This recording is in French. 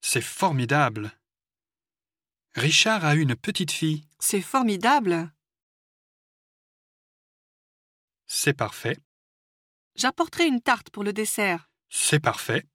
C'est formidable. Richard a une petite fille. C'est formidable. C'est parfait. J'apporterai une tarte pour le dessert. C'est parfait.